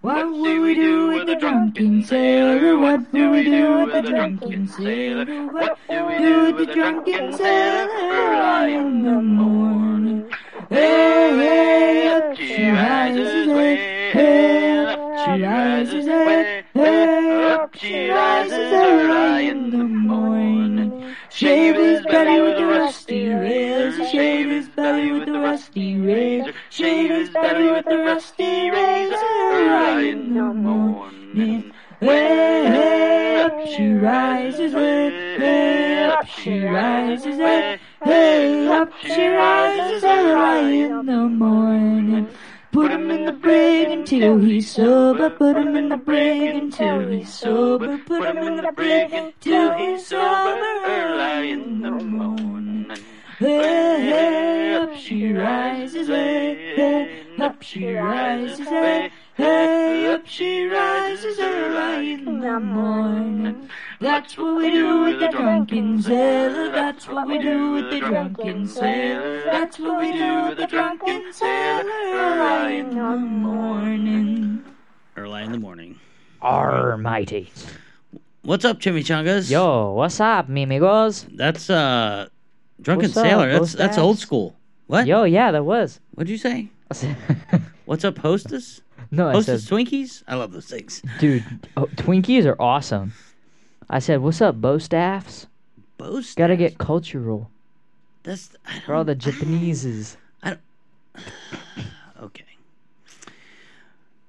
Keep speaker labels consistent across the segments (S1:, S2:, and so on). S1: What will we do with the drunken sailor? What will we do with the drunken sailor? What do we do with the drunken sailor early in the morning? Hey, hey, up she rises, way, hey, up she rises, way, hey, up she rises early in the morning. Shave his belly with a rusty razor, shave his belly with a rusty razor, shave his belly with a rusty razor early in the morning. Way, hey, up she rises, way, hey, up she rises, way, hey, up she rises early in the morning. Put him in the brig until he's sober. Put him in the brig until he's sober. Put him in the brig until he's sober early in the morning. Hey, hey, up she rises, hey, hey, up she rises, hey, hey, up she rises early in the morning. That's what we do with the drunken sailor. That's what we do with the drunken sailor. That's what we do with the drunken sailor early in the morning.
S2: Early in the morning.
S3: Arr mighty.
S2: What's up, Chimichangas?
S3: Yo, what's up, mimigos?
S2: That's uh, drunken
S3: What's up,
S2: sailor. That's
S3: Ghost
S2: that's
S3: Ass?
S2: old school. What?
S3: Yo, yeah, that was.
S2: What'd you say? What's up, hostess?
S3: no, I said,
S2: Hostess Twinkies? I love those things.
S3: dude, oh, Twinkies are awesome. I said, what's up, bo staffs?
S2: Boast.
S3: Gotta get cultural
S2: That's I
S3: for all the
S2: don't-
S3: Japaneses.
S2: Okay.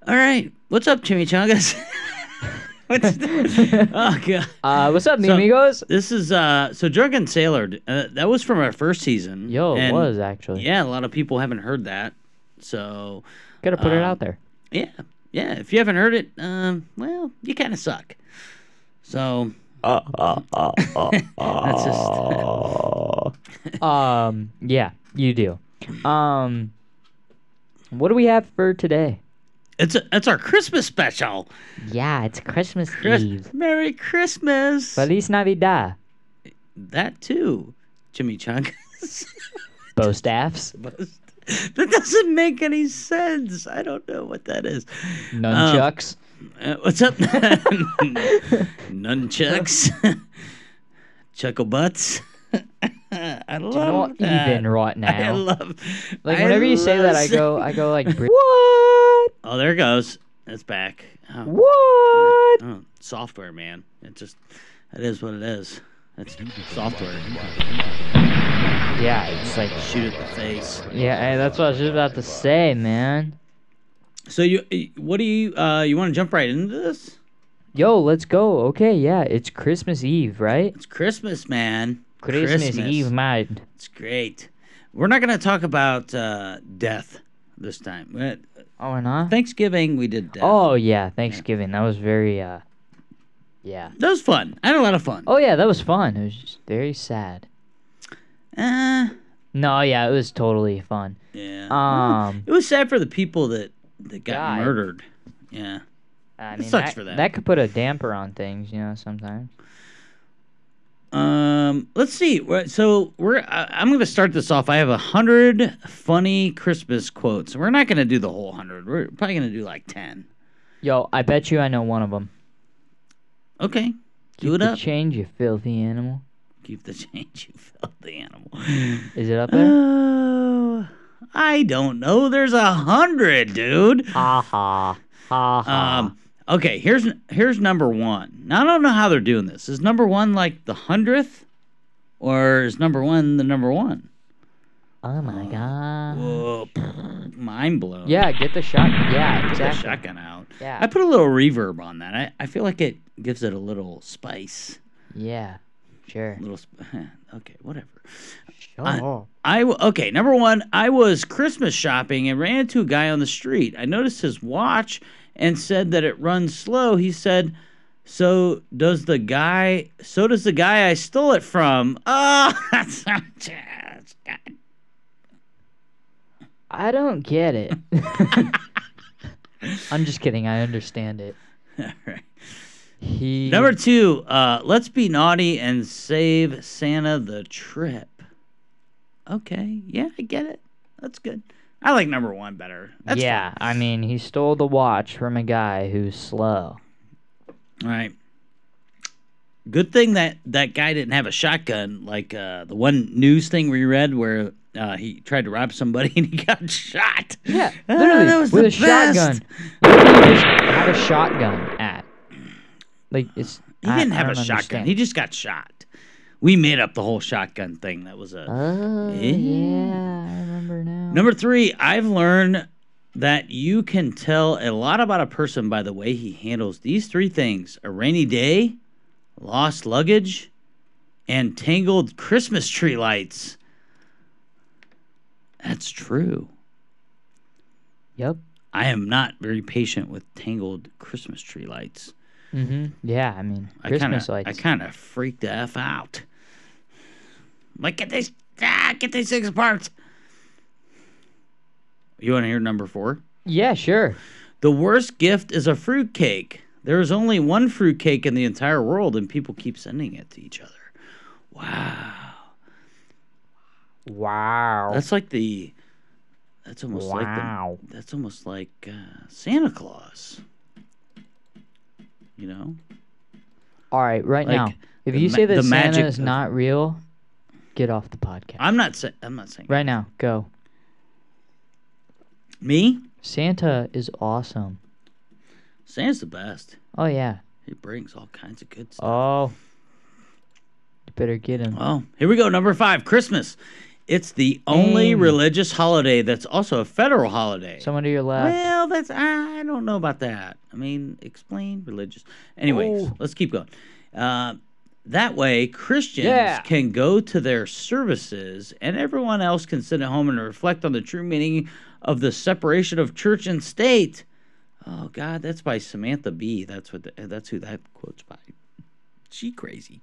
S2: All right. What's up, Chimichangas? What's oh god.
S3: Uh, what's up,
S2: So-
S3: mimigos?
S2: This is uh so drunken sailor. Uh, that was from our first season.
S3: Yo, it
S2: and
S3: was actually.
S2: Yeah, a lot of people haven't heard that. So
S3: Gotta put it
S2: um,
S3: out there.
S2: yeah, yeah. If you haven't heard it, um, well, you kind of suck. So that's just
S3: Um, yeah, you do. Um, what do we have for today?
S2: it's a, it's our Christmas special.
S3: Yeah, it's Christmas
S2: Chris-
S3: Eve.
S2: Merry Christmas.
S3: Feliz Navidad,
S2: That too, Jimmy Chungus.
S3: bo staffs.
S2: that doesn't make any sense. I don't know what that is.
S3: Um, Nunchucks.
S2: Uh, what's up? Nunchucks. Chuckle butts. I love
S3: Not
S2: that.
S3: even right
S2: I
S3: now.
S2: love.
S3: Like
S2: I
S3: whenever you say that, I
S2: love-
S3: go, I go like, "Bri- what?
S2: Oh, there it goes. It's back. Oh,
S3: What?
S2: oh, software, man. It just, it is what it is. It's software.
S3: Yeah, it's like,
S2: Shoot it in the face.
S3: yeah, hey, that's what I was just about to say, man.
S2: So you, what do you, uh, you want to jump right into this?
S3: Yo, let's go. Okay, yeah, it's Christmas Eve, right?
S2: It's Christmas, man.
S3: Christmas, Eve, man.
S2: It's great. We're not going to talk about uh, death this time. Uh,
S3: Oh, we're not.
S2: Thanksgiving, we did death.
S3: Oh yeah, Thanksgiving. That was very uh, yeah.
S2: That was fun. I had a lot of fun.
S3: Oh yeah, that was fun. It was just very sad.
S2: Uh,
S3: No, yeah, it was totally fun.
S2: yeah.
S3: Um,
S2: it was sad for the people that, that got
S3: Died.
S2: murdered. Yeah.
S3: I
S2: It
S3: mean,
S2: sucks
S3: that,
S2: for that.
S3: that could put a damper on things, you know, sometimes.
S2: Um, let's see. We're- So we're. I- I'm going to start this off. I have a hundred funny Christmas quotes. We're not going to do the whole hundred. We're probably going to do like ten.
S3: Yo, I bet you I know one of them.
S2: Okay, do it
S3: the
S2: up.
S3: change, you filthy animal.
S2: Keep the change, you filthy animal.
S3: Is it up there?
S2: Oh, I don't know. There's a hundred, dude.
S3: ha ha ha ha.
S2: Um. Okay. Here's here's number one. Now I don't know how they're doing this. Is number one like the hundredth, or is number one the number one?
S3: oh my god.
S2: uh, Whoa, mind blown.
S3: Yeah, get the shot. Yeah,
S2: Put that
S3: exactly.
S2: shotgun out.
S3: Yeah.
S2: I put a little reverb on that. I, I feel like it gives it a little spice.
S3: Yeah, sure.
S2: A little sp- okay, whatever.
S3: Shut
S2: I-
S3: up.
S2: I w- okay. Number one, I was Christmas shopping and ran into a guy on the street. I noticed his watch and said that it runs slow. He said, "So does the guy? So does the guy I stole it from?" Oh, that's God.
S3: I don't get it. I'm just kidding. I understand it.
S2: All right.
S3: He
S2: Number two, uh, let's be naughty and save Santa the trip. Okay, yeah, I get it. That's good. I like number one better. That's
S3: yeah, I mean, he stole the watch from a guy who's slow.
S2: All right. Good thing that that guy didn't have a shotgun, like uh, the one news thing we read where uh, he tried to rob somebody and he got shot.
S3: Yeah,
S2: Ah,
S3: literally
S2: that was
S3: with
S2: the
S3: a shotgun.
S2: best.
S3: Where do you just have a shotgun at? Like it's.
S2: He didn't have a shotgun. He just got shot. We made up the whole shotgun thing. That was a
S3: Oh
S2: Yeah.
S3: yeah, I remember now.
S2: number three. I've learned that you can tell a lot about a person by the way he handles these three things: a rainy day, lost luggage, and tangled Christmas tree lights. That's true.
S3: Yep.
S2: I am not very patient with tangled Christmas tree lights.
S3: Mm-hmm. Yeah, I mean
S2: I
S3: Christmas
S2: kinda,
S3: lights.
S2: I kind of freaked the f out. I'm Like get these, ah, get these things apart. You want to hear number four?
S3: yeah, sure.
S2: The worst gift is a fruitcake. There is only one fruitcake in the entire world, and people keep sending it to each other. Wow,
S3: Wow.
S2: that's like the, that's almost like the,
S3: wow.
S2: that's almost like uh, Santa Claus. You know,
S3: All right, right
S2: Like,
S3: now, if
S2: the
S3: you
S2: ma-
S3: say that
S2: the
S3: Santa
S2: magic
S3: is
S2: of-
S3: not real, get off the podcast
S2: I'm not saying I'm not saying
S3: right now. Go.
S2: me.
S3: Santa is awesome.
S2: Santa's the best.
S3: Oh yeah.
S2: He brings all kinds of good stuff.
S3: Oh. You better get him.
S2: Well, here we go. Number five, Christmas. It's the only
S3: Dang.
S2: religious holiday that's also a federal holiday.
S3: Someone to your left.
S2: well, that's I don't know about that. I mean, explain religious. Anyways,
S3: Oh.
S2: let's keep going. Uh, that way, Christians
S3: Yeah.
S2: can go to their services, and everyone else can sit at home and reflect on the true meaning of the separation of church and state. Oh God, that's by Samantha Bee. That's what. The, that's who that quote's by. She crazy.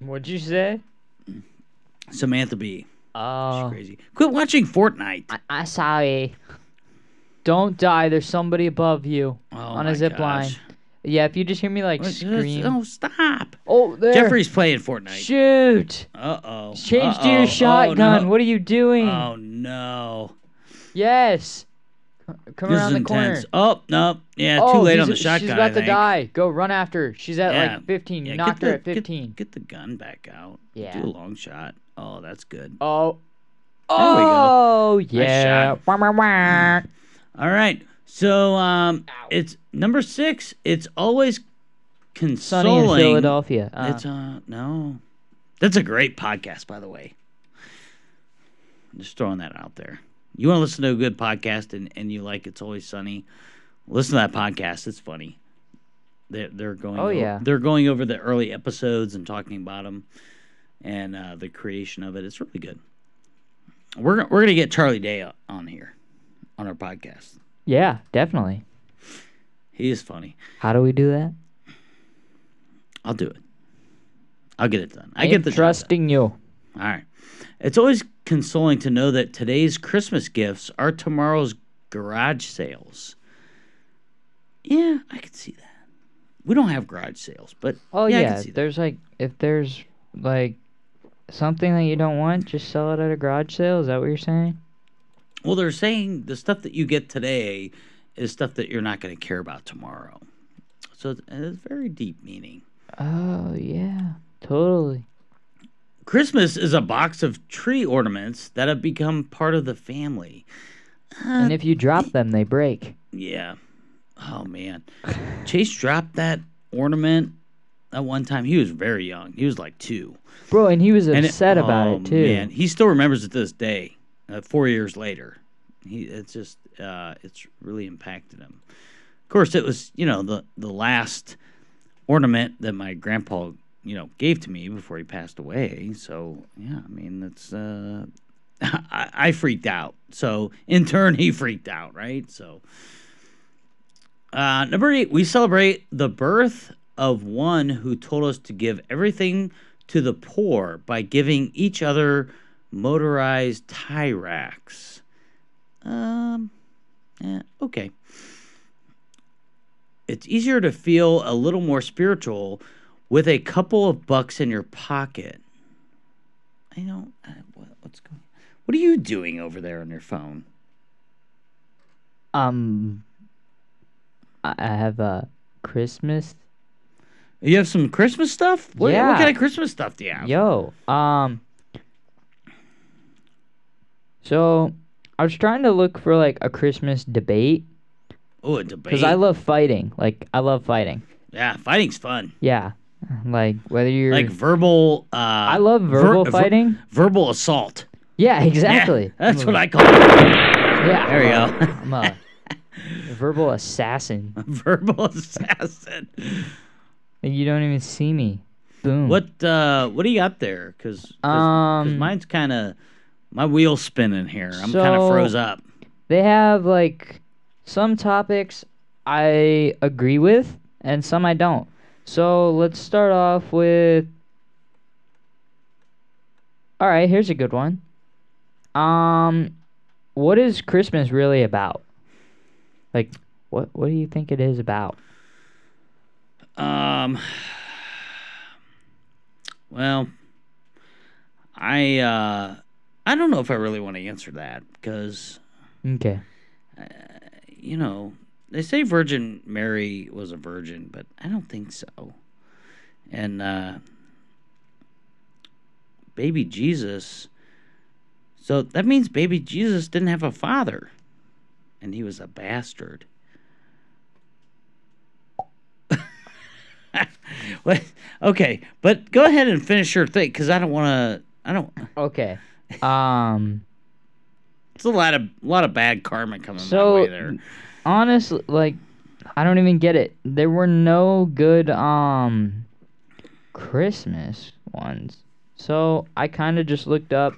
S3: What'd you say?
S2: Samantha Bee.
S3: Oh.
S2: Crazy. Quit watching Fortnite.
S3: I, I sorry. Don't die. There's somebody above you
S2: Oh
S3: on
S2: my
S3: a zip line.
S2: gosh.
S3: Yeah, if you just hear me like
S2: What-
S3: scream.
S2: Oh, stop.
S3: Oh, there.
S2: Jeffrey's playing Fortnite.
S3: Shoot!
S2: Uh oh.
S3: Change to your shotgun. What are you doing?
S2: Oh no.
S3: Yes. C- Come
S2: This
S3: around
S2: is
S3: the corner.
S2: intense. Oh no. Yeah,
S3: oh,
S2: too late
S3: he's-
S2: on the shotgun.
S3: She's
S2: I
S3: about to
S2: think.
S3: die. Go run after her. She's at
S2: Yeah.
S3: like 15.
S2: Yeah,
S3: Knock
S2: get
S3: her
S2: the-
S3: at
S2: get-
S3: 15.
S2: Get, the gun back out.
S3: Yeah.
S2: Do a long shot. Oh, that's good.
S3: Oh.
S2: we
S3: Oh,
S2: Nice
S3: yeah.
S2: shot.
S3: Wah, wah, wah.
S2: All right. So um,
S3: Ow.
S2: it's number six. It's always
S3: Sunny
S2: consoling.
S3: in Philadelphia. Uh,
S2: It's uh no. That's a great podcast, by the way. I'm just throwing that out there. You want to listen to a good podcast and, and you like It's Always Sunny, listen to that podcast. It's funny. They're they're going
S3: Oh,
S2: o-
S3: yeah.
S2: they're going over the early episodes and talking about them and uh, the creation of it. It's really good. We're go- we're gonna get Charlie Day o- on here on our podcast.
S3: yeah, definitely.
S2: He is funny.
S3: How do we do that?
S2: I'll do it. I'll get it done. I
S3: I'm
S2: get the job done.
S3: trusting you.
S2: All right. It's always consoling to know that today's Christmas gifts are tomorrow's garage sales. Yeah, I could see that. We don't have garage sales, but
S3: Oh
S2: yeah,
S3: yeah,
S2: I could see that.
S3: there's like if there's like something that you don't want, just sell it at a garage sale. Is that what you're saying?
S2: Well, they're saying the stuff that you get today is stuff that you're not going to care about tomorrow. So it's it's very deep meaning.
S3: Oh yeah, totally.
S2: Christmas is a box of tree ornaments that have become part of the family. Uh,
S3: and if you drop them, they break.
S2: Yeah. Oh man. Chase dropped that ornament at one time. He was very young. He was like two.
S3: Bro, and he was
S2: And
S3: upset about
S2: oh,
S3: it too.
S2: Man, he still remembers it to this day. Uh, four years later, he it's just uh, it's really impacted him. Of course, it was you know the the last ornament that my grandpa you know gave to me before he passed away. So yeah, I mean that's uh, I, I freaked out. So in turn, he freaked out, right? So uh, number eight, we celebrate the birth of one who told us to give everything to the poor by giving each other motorized tie racks. Um, eh, okay. It's easier to feel a little more spiritual with a couple of bucks in your pocket. uh, I don't. I, what, what's going? What are you doing over there on your phone?
S3: Um, I I have a Christmas.
S2: You have some Christmas stuff? What, what
S3: Yeah.
S2: kind of Christmas stuff do you have?
S3: Yo, um, so I was trying to look for like a Christmas debate
S2: Oh, a debate.
S3: because I love fighting. Like I love fighting.
S2: yeah, fighting's fun.
S3: Yeah, like whether you're
S2: Like verbal. Uh,
S3: I love verbal
S2: ver-
S3: fighting.
S2: verbal assault.
S3: yeah,
S2: Yeah,
S3: exactly.
S2: that's what I call it.
S3: Yeah.
S2: There
S3: I'm
S2: you
S3: a- I'm a verbal assassin.
S2: verbal assassin.
S3: And you don't even see me. Boom.
S2: What uh, what do you got there? Because
S3: Um,
S2: mine's kind of my wheel's spinning here. I'm kind of
S3: So-
S2: froze up.
S3: They have like some topics I agree with and some I don't. So let's start off with. All right, here's a good one. Um, what is Christmas really about? Like, what what do you think it is about?
S2: Um. Well, I uh, I don't know if I really want to answer that because
S3: Okay.
S2: you know they say Virgin Mary was a virgin, but I don't think so. And uh, baby Jesus, so that means baby Jesus didn't have a father, and he was a bastard. What? okay, but go ahead and finish your thing because I don't want to. I don't.
S3: Okay. Um.
S2: It's a lot of a lot of bad karma coming
S3: So-
S2: my way there.
S3: honestly like i don't even get it there were no good um christmas ones so i kind of just looked up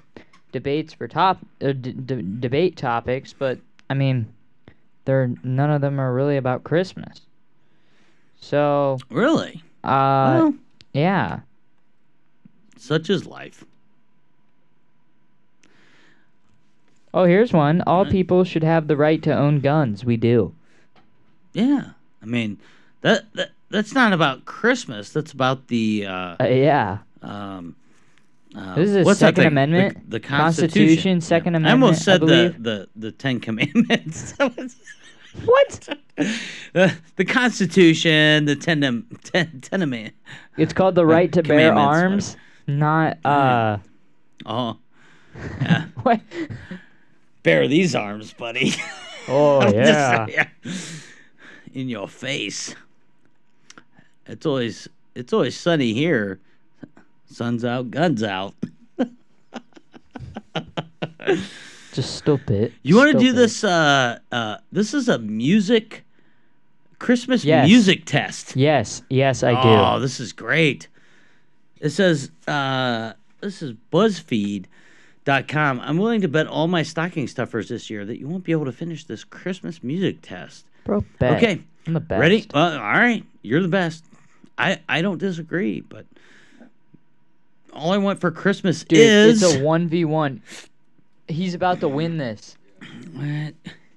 S3: debates for top uh, d- d- debate topics but i mean there none of them are really about christmas so
S2: Really?
S3: uh
S2: well,
S3: yeah
S2: such is life.
S3: oh here's one all
S2: Right.
S3: people should have the right to own guns we do
S2: Yeah. I mean, that, that that's not about Christmas. That's about the uh,
S3: uh, yeah
S2: um. Uh,
S3: This is the
S2: what's that
S3: Second
S2: thing?
S3: Amendment?
S2: the, the Constitution,
S3: Constitution, Second
S2: I
S3: Amendment, I
S2: almost said the,
S3: believe.
S2: the the Ten Commandments.
S3: what
S2: Uh, the Constitution, the Ten Am- Ten Ten Amendments.
S3: it's called the right to bear
S2: commandments,
S3: arms not uh
S2: Oh,
S3: what
S2: bear these arms, buddy.
S3: Oh
S2: Just-
S3: yeah.
S2: In your face. It's always it's always sunny here. Sun's out, guns out.
S3: Just stupid.
S2: You want to do
S3: Stupid.
S2: this? Uh, uh, this is a music Christmas
S3: Yes.
S2: music test.
S3: Yes, yes, I do.
S2: Oh, this is great. It says uh, this is BuzzFeed.com. I'm willing to bet all my stocking stuffers this year that you won't be able to finish this Christmas music test.
S3: Bro, bet.
S2: Okay.
S3: I'm the best.
S2: Ready? Uh, all right, you're the best. I I don't disagree, but all I want for Christmas
S3: Dude,
S2: is
S3: it's a one v one. He's about to win this.
S2: What?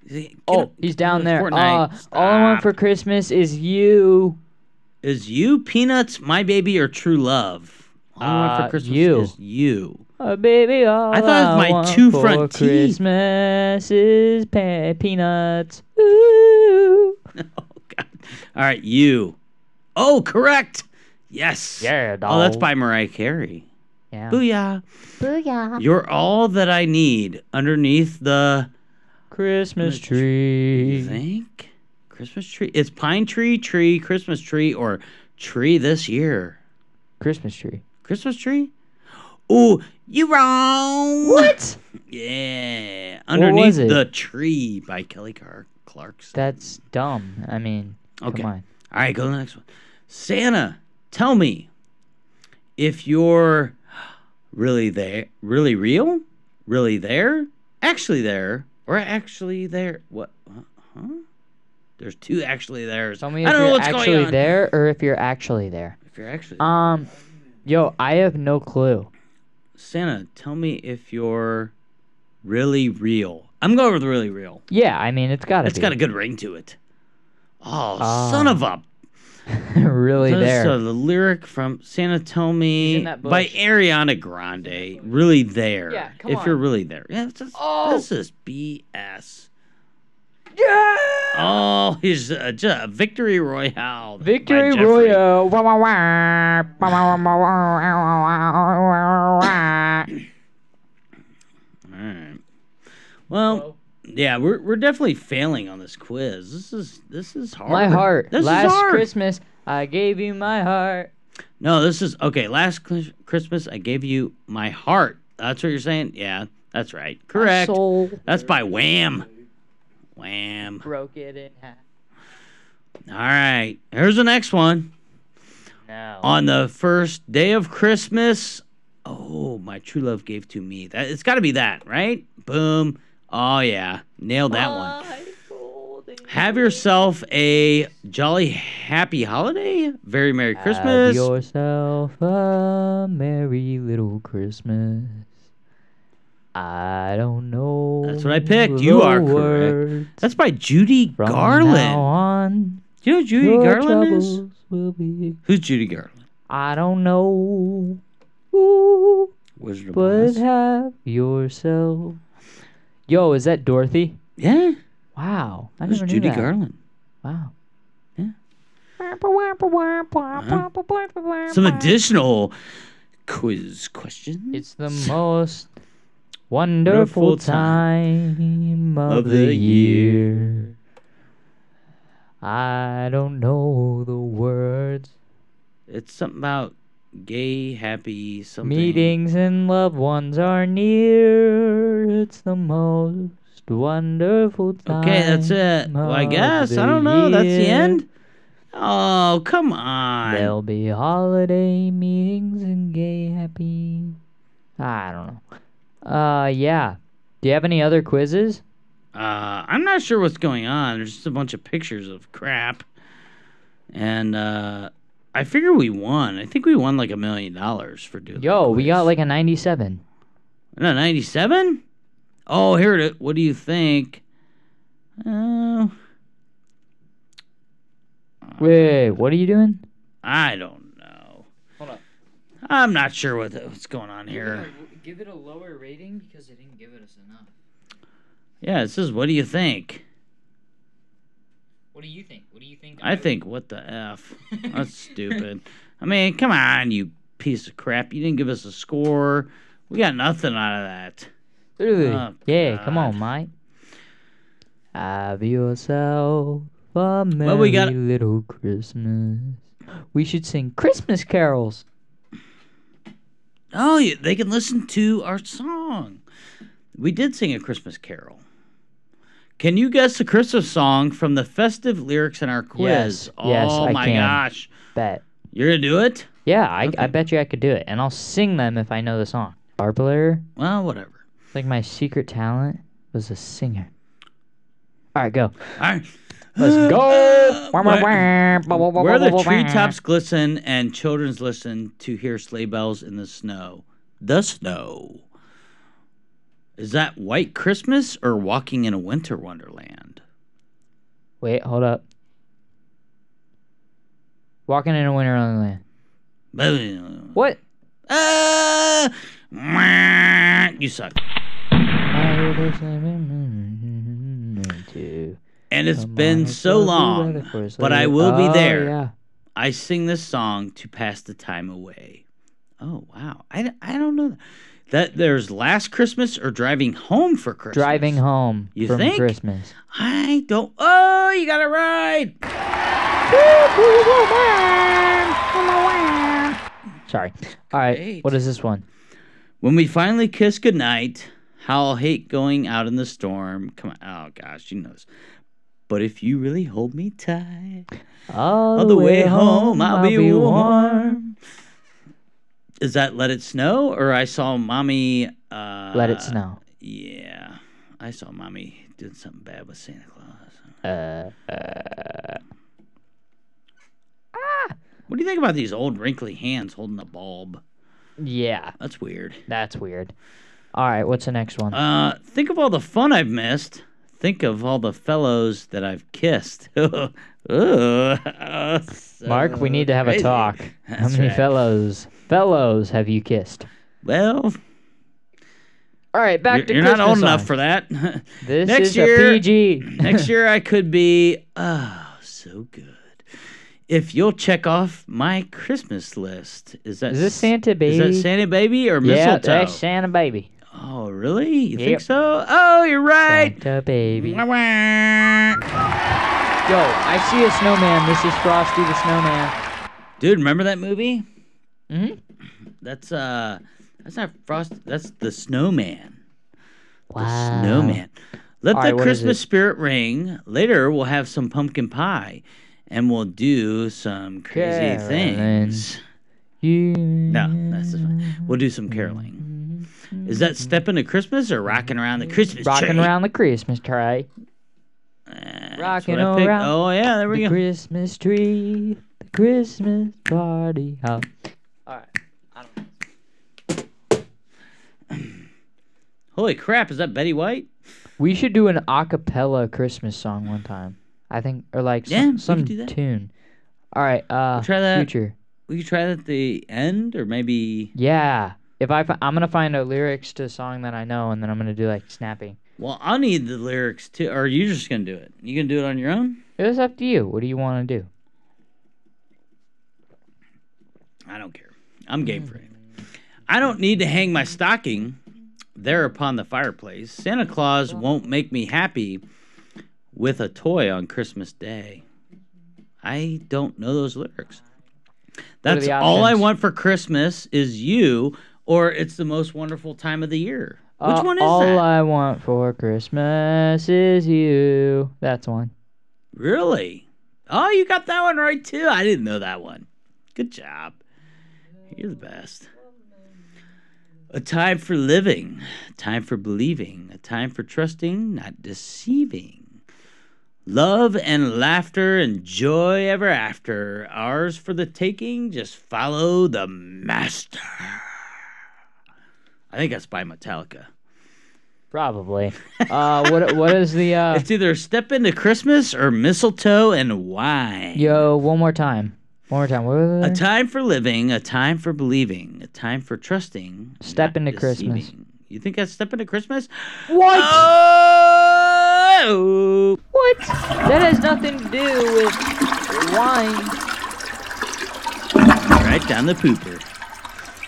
S2: Get
S3: Oh,
S2: a-
S3: he's down there. Uh,
S2: Fortnite.
S3: all I want
S2: Stop.
S3: for Christmas is you.
S2: is you peanuts, my baby, or true love. All I want for
S3: Uh,
S2: Christmas
S3: you.
S2: is you.
S3: Oh, baby, all
S2: I thought it was my
S3: want
S2: two
S3: for
S2: front teeth.
S3: Christmas is pe- peanuts. Ooh.
S2: Oh God! All right, you. Oh, correct. Yes.
S3: Yeah,
S2: Oh, that's
S3: dawg.
S2: by Mariah Carey.
S3: Yeah.
S2: Booyah! Booyah! You're all that I need underneath the.
S3: Christmas
S2: Christmas You
S3: tree.
S2: think Christmas tree? It's pine tree, tree, Christmas tree, or tree this year.
S3: Christmas tree.
S2: Christmas tree? Ooh, you wrong.
S3: What?
S2: Yeah.
S3: was
S2: Underneath
S3: it?
S2: the Tree by Kelly Car- Clarkson.
S3: That's dumb. I mean,
S2: Okay.
S3: come on.
S2: All right, go to the next one. Santa, tell me if you're really there, really real, really there, actually there, or actually there. What? Huh? There's two actually there.
S3: Tell me
S2: I
S3: if
S2: don't
S3: you're
S2: know what's
S3: actually
S2: going on.
S3: there or if you're actually there.
S2: If you're actually
S3: Um, yo, I have no clue.
S2: Santa, tell me if you're really real. I'm going with really real.
S3: Yeah, I mean, it's gotta
S2: It's
S3: be
S2: got a good ring to it. Oh,
S3: Ah.
S2: son of a!
S3: really
S2: That's uh,
S3: there.
S2: the lyric from "Santa Tell
S3: He's
S2: Me"
S3: in that
S2: by
S3: bush.
S2: Ariana Grande. Really there?
S3: Yeah, come
S2: if you're
S3: on.
S2: really there, yeah. This is,
S3: Oh!
S2: this is BS.
S3: Yeah!
S2: all his uh, ju- victory royale. by
S3: Victory
S2: Jeffrey.
S3: Royale. Wah, wah, wah. Bah, wah, wah, wah, wah, wah, wah, wah.
S2: All right. Well, yeah, we're we're definitely failing on this quiz. This is this is hard.
S3: My heart.
S2: This
S3: Last
S2: is hard.
S3: Christmas, I gave you my heart.
S2: No, this is okay. Last Cl- Christmas, I gave you my heart. That's what you're saying. Yeah, that's right. Correct.
S3: Soul
S2: That's by Wham. Wham.
S3: broke it in half.
S2: All right. Here's the next one.
S3: No.
S2: On the first day of Christmas, oh, my true love gave to me. That it's got to be that, right? Boom. Oh yeah, nailed that one. Have yourself a jolly happy holiday. Very Merry
S3: Have
S2: Christmas.
S3: yourself a merry little Christmas. I don't know.
S2: That's what I picked. You
S3: the
S2: are correct.
S3: words.
S2: That's by Judy
S3: From Now
S2: Garland.
S3: on,
S2: Do you know who Judy
S3: your
S2: Garland
S3: troubles
S2: is?
S3: will be.
S2: Who's Judy Garland?
S3: I don't know. Ooh,
S2: Wizard of
S3: but
S2: Oz.
S3: have yourself. Yo, is that Dorothy?
S2: Yeah,
S3: Wow, I
S2: who's
S3: never knew
S2: Judy
S3: that.
S2: Garland?
S3: Wow.
S2: Yeah. Some
S3: Some
S2: additional quiz questions.
S3: It's the most wonderful time of the year. I don't know the words.
S2: It's something about gay, happy, something.
S3: Meetings and loved ones are near. It's the most wonderful time.
S2: Okay, that's it. Well, I
S3: of
S2: guess. I
S3: the
S2: don't know. That's the
S3: year.
S2: end? Oh, come on.
S3: There'll be holiday meetings and gay happy. I don't know. Uh, yeah. Do you have any other quizzes?
S2: Uh, I'm not sure what's going on. There's just a bunch of pictures of crap. And uh, I figure we won. I think we won like a million dollars for doing
S3: Yo,
S2: that
S3: we
S2: quiz.
S3: got like a 97.
S2: No, 97? Oh, here it is. What do you think? Oh,
S3: Wait, what are you doing?
S2: I don't know.
S3: Hold up.
S2: I'm not sure what the, what's going on here.
S3: Give it a lower rating because they didn't give it us enough.
S2: Yeah, it says, what do you think?
S3: What do you think? What do you think?
S2: I think, what the F? That's stupid. I mean, come on, you piece of crap. You didn't give us a score. We got nothing out of that.
S3: Literally.
S2: Oh,
S3: yeah, come
S2: God.
S3: on, Mike. Have yourself a merry
S2: Well, we got-
S3: little Christmas. We should sing Christmas carols.
S2: Oh, yeah, they can listen to our song. We did sing a Christmas carol. Can you guess the Christmas song from the festive lyrics in our quiz?
S3: Yes,
S2: oh
S3: yes, I
S2: my
S3: can.
S2: gosh.
S3: Bet.
S2: You're going to do it?
S3: Yeah, I,
S2: Okay.
S3: I bet you I could do it, and I'll sing them if I know the song. Barbler,
S2: Well, whatever.
S3: like my secret talent was a singer. All right, go.
S2: All right. Uh,
S3: Let's go. Wah, wah,
S2: Where,
S3: wah, bah, bah, bah,
S2: where
S3: bah,
S2: the
S3: bah, bah.
S2: treetops glisten and children's listen to hear sleigh bells in the snow. The snow. Is that White Christmas or Walking in a Winter Wonderland?
S3: Wait, hold up. Walking in a winter wonderland. What?
S2: Uh, you suck.
S3: It's
S2: And it's been so long, but I will be there.
S3: Oh, Yeah.
S2: I sing this song to pass the time away. Oh wow, I, I don't know that. there's last Christmas or driving home for Christmas.
S3: Driving home
S2: You
S3: from
S2: think?
S3: Christmas.
S2: I don't. Oh, you got it right.
S3: Sorry. All right.
S2: Great.
S3: What is this one?
S2: When we finally kiss goodnight, how I'll hate going out in the storm. Come on. Oh gosh, she knows. But if you really hold me tight.
S3: All
S2: On the way home, I'll be warm. Is that Let It Snow or I Saw Mommy? Uh,
S3: Let it snow.
S2: Yeah. I saw Mommy did something bad with Santa Claus.
S3: Uh,
S2: What do you think about these old wrinkly hands holding a bulb?
S3: yeah,
S2: That's weird.
S3: that's weird. All right, what's the next one?
S2: Uh, think of all the fun I've missed. Think of all the fellows that I've kissed. Ooh,
S3: Mark, we
S2: so
S3: need to have
S2: crazy.
S3: a talk. How
S2: That's
S3: many
S2: right.
S3: fellows, fellows have you kissed?
S2: Well,
S3: All right, back
S2: You're,
S3: to
S2: you're
S3: Christmas
S2: not old enough
S3: songs.
S2: for that.
S3: This
S2: Next
S3: is
S2: year-
S3: a PG.
S2: Next year I could be oh so good. If you'll check off my Christmas list, is that
S3: Is this Santa
S2: Is
S3: Baby?
S2: that Santa baby or
S3: yeah,
S2: mistletoe?
S3: that's Santa Baby.
S2: Oh really? You think
S3: Yep.
S2: so? Oh, you're right.
S3: Santa Baby.
S2: Wah, wah.
S3: Yo, I see a snowman. This is Frosty the Snowman.
S2: Dude, remember that movie?
S3: Mhm.
S2: That's uh, that's not Frost. That's the Snowman.
S3: Wow.
S2: The snowman. Let
S3: All
S2: the
S3: right, what is
S2: Christmas
S3: it?
S2: spirit ring. Later, we'll have some pumpkin pie, and we'll do some crazy
S3: Caroling.
S2: things.
S3: You...
S2: No, that's just fine. We'll do some caroling. Is that stepping to Christmas or rocking around the Christmas
S3: Rocking
S2: tree?
S3: around the Christmas tree.
S2: That's
S3: Rocking
S2: what I picked.
S3: around
S2: Oh yeah, there we
S3: The
S2: go.
S3: Christmas tree. The Christmas party hop.
S2: Holy crap! Is that Betty White?
S3: We should do an a cappella Christmas song one time. I think, or like
S2: Yeah, we
S3: some,
S2: could
S3: some
S2: do that.
S3: tune. All right, uh,
S2: try that.
S3: future.
S2: We could try that at the end, or maybe.
S3: Yeah, if I fi- I'm gonna find a lyrics to a song that I know, and then I'm gonna do like snapping.
S2: Well, I'll need the lyrics too. Or are you just gonna do it? You gonna do it on your own?
S3: It was up to you. What do you want to do?
S2: I don't care. I'm game for anything. I don't need to hang my stocking there upon the fireplace. Santa Claus won't make me happy with a toy on Christmas Day. I don't know those lyrics.
S3: are
S2: That's
S3: the
S2: all I
S3: options?
S2: want for Christmas is you, or it's the most wonderful time of the year. Which
S3: Uh,
S2: one is
S3: all
S2: that?
S3: I want for Christmas is you. That's one.
S2: Really? Oh, you got that one right too. I didn't know that one. Good job. You're the best. A time for living, a time for believing, a time for trusting, not deceiving. Love and laughter and joy ever after. Ours for the taking, just follow the master. I think that's by Metallica.
S3: Probably. uh, what what is the uh?
S2: It's either Step Into Christmas or Mistletoe and Wine.
S3: Yo, one more time. One more time. What was
S2: A
S3: it?
S2: time for living, a time for believing, a time for trusting.
S3: Step
S2: not
S3: into Christmas.
S2: deceiving. You think that's step into Christmas?
S3: What?
S2: Oh!
S3: What? That has nothing to do with wine.
S2: Right down the pooper.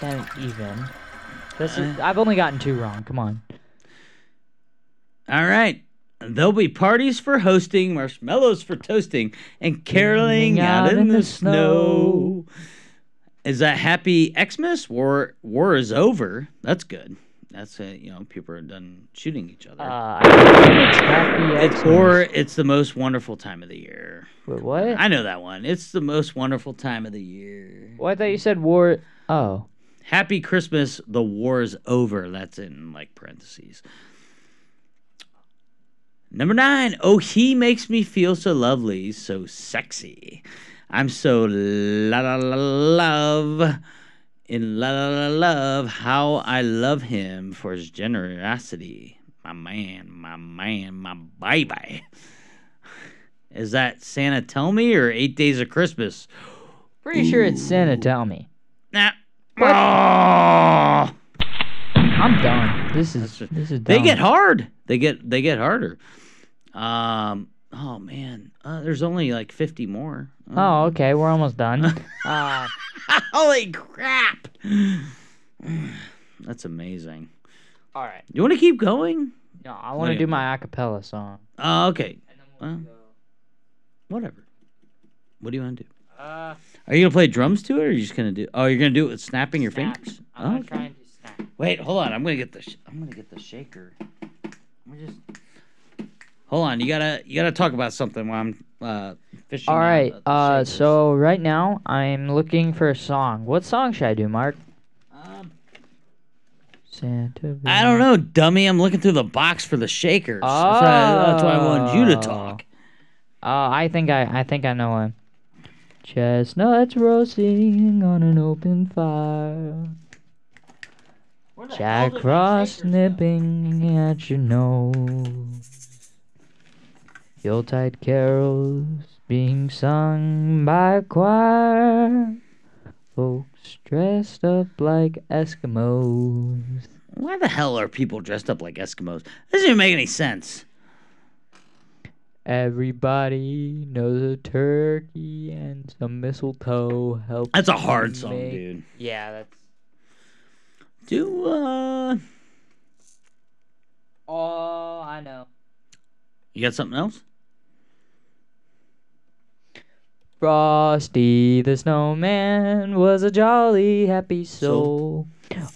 S3: Then even. This is,
S2: Uh.
S3: I've only gotten two wrong. Come on.
S2: All right. There'll be parties for hosting, marshmallows for toasting, and caroling out, in, the, snow. Is that happy Xmas? War war is over. That's good. That's it. You know, people are done shooting each other.
S3: Uh, I
S2: it's or it's the most wonderful time of the year.
S3: Wait, what?
S2: I know that one. It's the most wonderful time of the year.
S3: well, I thought you said war. Oh.
S2: Happy Christmas. The war is over. That's in like parentheses. Number nine. Oh, he makes me feel so lovely, so sexy. I'm so la la la love in la la la love. How I love him for his generosity. My man, my man, my baby. Is that Santa Tell Me or Eight Days of Christmas?
S3: Pretty sure it's Santa Tell Me.
S2: Nah. Oh.
S3: I'm done. This is
S2: That's-
S3: this is dumb.
S2: They get hard. They get they get harder. Um. Oh man. Uh, there's only like 50 more.
S3: Oh, okay. We're almost done. uh,
S2: Holy crap. That's amazing.
S3: all right.
S2: You want to keep going?
S3: No, I want to
S2: Okay.
S3: do my acapella song.
S2: Uh, okay. Well, whatever. What do you want to do?
S3: Uh,
S2: Are you gonna play drums to it, or are you just gonna do? Oh, you're gonna do it with snapping your
S3: Snap.
S2: fingers.
S3: I'm
S2: oh,
S3: gonna
S2: okay.
S3: try and do snap.
S2: Wait, hold on. I'm gonna get the. Sh- I'm gonna get the shaker. I'm just. Hold on. You gotta. You gotta talk about something while I'm uh, fishing.
S3: All
S2: out
S3: right.
S2: the
S3: Uh,
S2: shakers.
S3: so right now I'm looking for a song. What song should I do, Mark?
S2: Um,
S3: Santa.
S2: I don't know, dummy. I'm looking through the box for the shakers. That's, why I, that's why I wanted you to talk.
S3: Uh, I think I, I think I know one. Chestnuts roasting on an open fire. Jack Frost nipping at your nose. Yuletide carols being sung by a choir. Folks dressed up like Eskimos.
S2: Why the hell are people dressed up like Eskimos? doesn't even make any sense.
S3: Everybody knows a turkey and some mistletoe help.
S2: That's a hard song,
S3: make-
S2: dude.
S3: Yeah, that's
S2: Do uh,
S3: all I know.
S2: you got something else?
S3: Frosty the snowman was a jolly happy soul.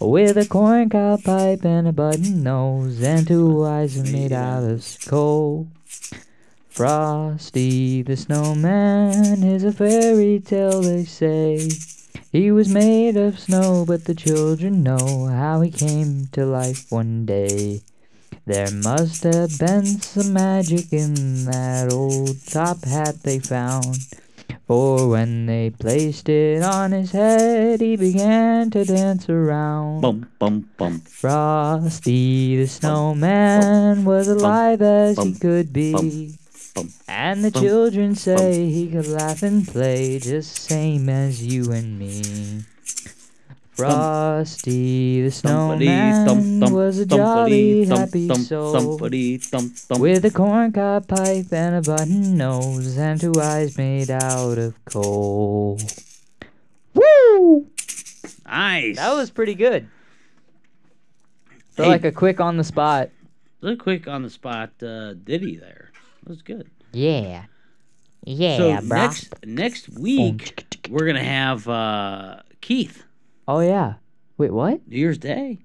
S3: With a corn cob pipe and a button nose and two eyes made out of coal. Frosty the snowman is a fairy tale, they say. He was made of snow, but the children know how he came to life one day. There must have been some magic in that old top hat they found. For when they placed it on his head, he began to dance around.
S2: Bum bum bum.
S3: Frosty the snowman was alive as he could be.
S2: bum,
S3: And the
S2: bum,
S3: children say he could laugh and play just same as you and me. Frosty the
S2: Thumpity, thump,
S3: snowman
S2: thump,
S3: was a
S2: thumpity,
S3: jolly
S2: thump,
S3: happy
S2: thump,
S3: soul.
S2: thumpity, thump, thump.
S3: With a corncob pipe and a button nose and two eyes made out of coal. Woo!
S2: Nice.
S3: That was pretty good. For
S2: Hey.
S3: like a quick on the spot.
S2: a quick on the spot uh, ditty there. That was good.
S3: Yeah. Yeah,
S2: so next next week we're gonna have uh, Keith
S3: Oh yeah. Wait, what?
S2: New Year's Day.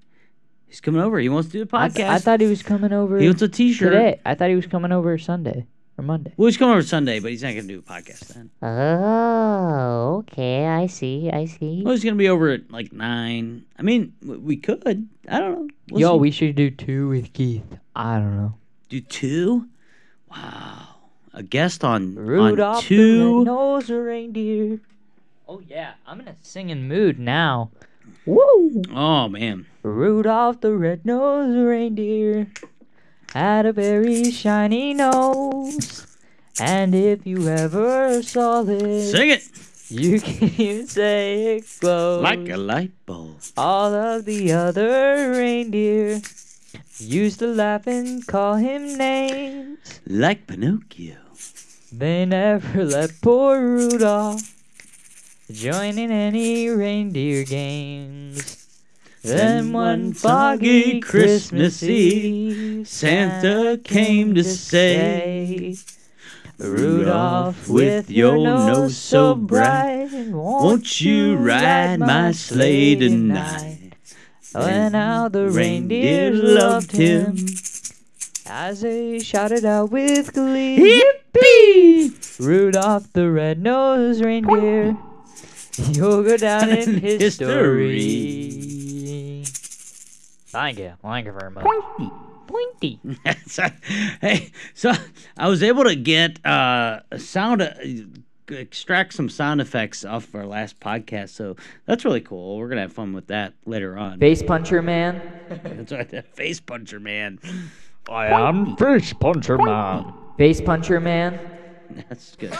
S2: He's coming over. He wants to do a
S3: I,
S2: podcast.
S3: th- I thought he was coming over
S2: he wants a T-shirt.
S3: today. I thought he was coming over Sunday or Monday.
S2: Well, he's coming over Sunday, but he's not gonna do a podcast then.
S3: Oh, okay. I see. I see.
S2: Well, he's gonna be over at like nine. I mean, w- we could. I don't know. We'll
S3: Yo,
S2: see.
S3: we should do two with Keith. I don't know.
S2: do two. Wow, a guest on on
S3: Rudolph
S2: two.
S3: the nose reindeer. Oh yeah, I'm in a singing mood now. Woo!
S2: Oh man,
S3: Rudolph the red-nosed reindeer had a very shiny nose, and if you ever saw it,
S2: sing it
S3: you can even say it glows
S2: like a light bulb.
S3: all of the other reindeer. Used to laugh and call him names.
S2: Like Pinocchio.
S3: They never let poor Rudolph join in any reindeer games. Then one foggy Christmas Eve, Santa came to say, Rudolph, with your nose so bright,
S2: Won't you ride my sleigh tonight?
S3: And now the reindeer loved him as they shouted out with glee.
S2: Yippee!
S3: Rudolph the red-nosed reindeer, you'll go down in
S2: History.
S3: history. Thank you, thank you very much. Pointy, pointy.
S2: So- hey, so I was able to get uh, a sound, uh, extract some sound effects off of our last podcast. So that's really cool. We're going to have fun with that later on.
S3: Face puncher man.
S2: That's right, that face puncher, man.
S4: I am Fish Puncher Man.
S3: Face puncher man.
S2: That's good.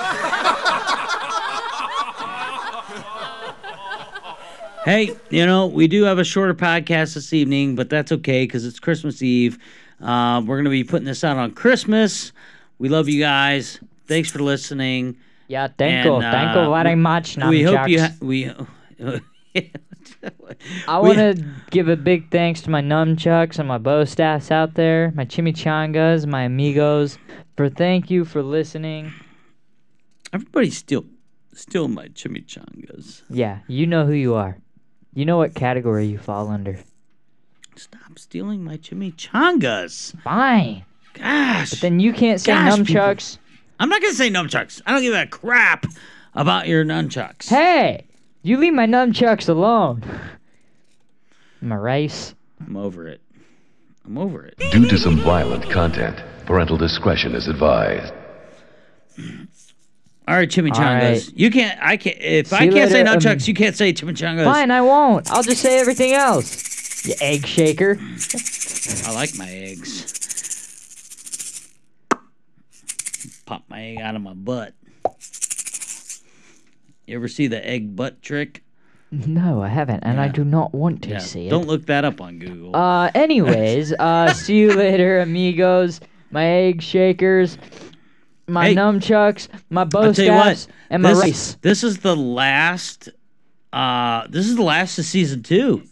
S2: hey, you know, we do have a shorter podcast this evening, but that's okay because it's Christmas Eve. Uh, we're going to be putting this out on Christmas. We love you guys. Thanks for listening.
S3: Yeah, thank you,
S2: And,
S3: thank
S2: uh,
S3: you very much.
S2: we hope you.
S3: nunchucks.
S2: Ha- we.
S3: I
S2: we-
S3: want to give a big thanks to my nunchucks and my bow staffs out there, my chimichangas, my amigos, for thank you for listening.
S2: Everybody still, still my chimichangas.
S3: Yeah, you know who you are. You know what category you fall under.
S2: Stop stealing my chimichangas.
S3: Fine.
S2: Gosh.
S3: Then you can't say
S2: Gosh, people.
S3: nunchucks.
S2: I'm not gonna say nunchucks. I don't give a crap about your nunchucks.
S3: Hey, you leave my nunchucks alone. My rice.
S2: I'm over it. I'm over it.
S5: Due to some violent content, parental discretion is advised.
S2: All right, chimichangas.
S3: right.
S2: You can't. I can't. If I
S3: you
S2: can't say
S3: later, um,
S2: nunchucks, you can't say chimichangas.
S3: Fine, I won't. I'll just say everything else. You egg shaker.
S2: I like my eggs. Pop my egg out of my butt. You ever see the egg butt trick?
S3: No, I haven't, and I
S2: Yeah.
S3: do not want to
S2: Yeah.
S3: see it.
S2: Don't look that up on Google.
S3: Uh, anyways, uh, see you later, amigos. My egg shakers, my
S2: Hey.
S3: nunchucks, my bow
S2: I'll tell you what,
S3: staffs, and my
S2: this,
S3: rice.
S2: This is the last. Uh, this is the last of season two.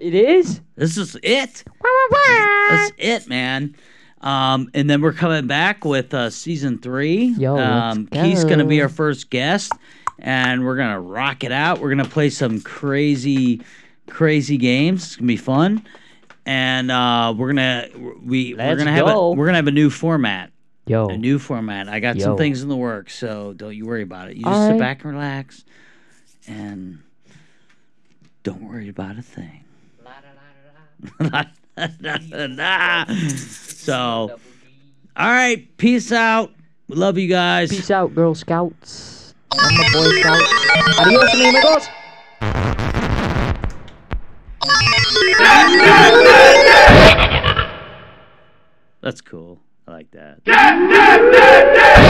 S3: It is.
S2: This is it. That's it, man. Um, and then we're coming back with uh, season three.
S3: Yo, let's
S2: um, Keith's gonna be
S3: go.
S2: our first guest, and we're gonna rock it out. We're gonna play some crazy, crazy games. It's gonna be fun, and uh, we're gonna we we're
S3: Let's
S2: gonna have a,
S3: go.
S2: we're gonna have a new format.
S3: Yo,
S2: A new format. I got
S3: Yo.
S2: some things in the works, so don't you worry about it. You just
S3: All
S2: sit
S3: right.
S2: back and relax, and don't worry about a thing. so, all right, peace out. We love you guys.
S3: peace out, Girl Scouts. I'm a Boy Scout. Adios, mi amigos.
S2: That's cool. I like that.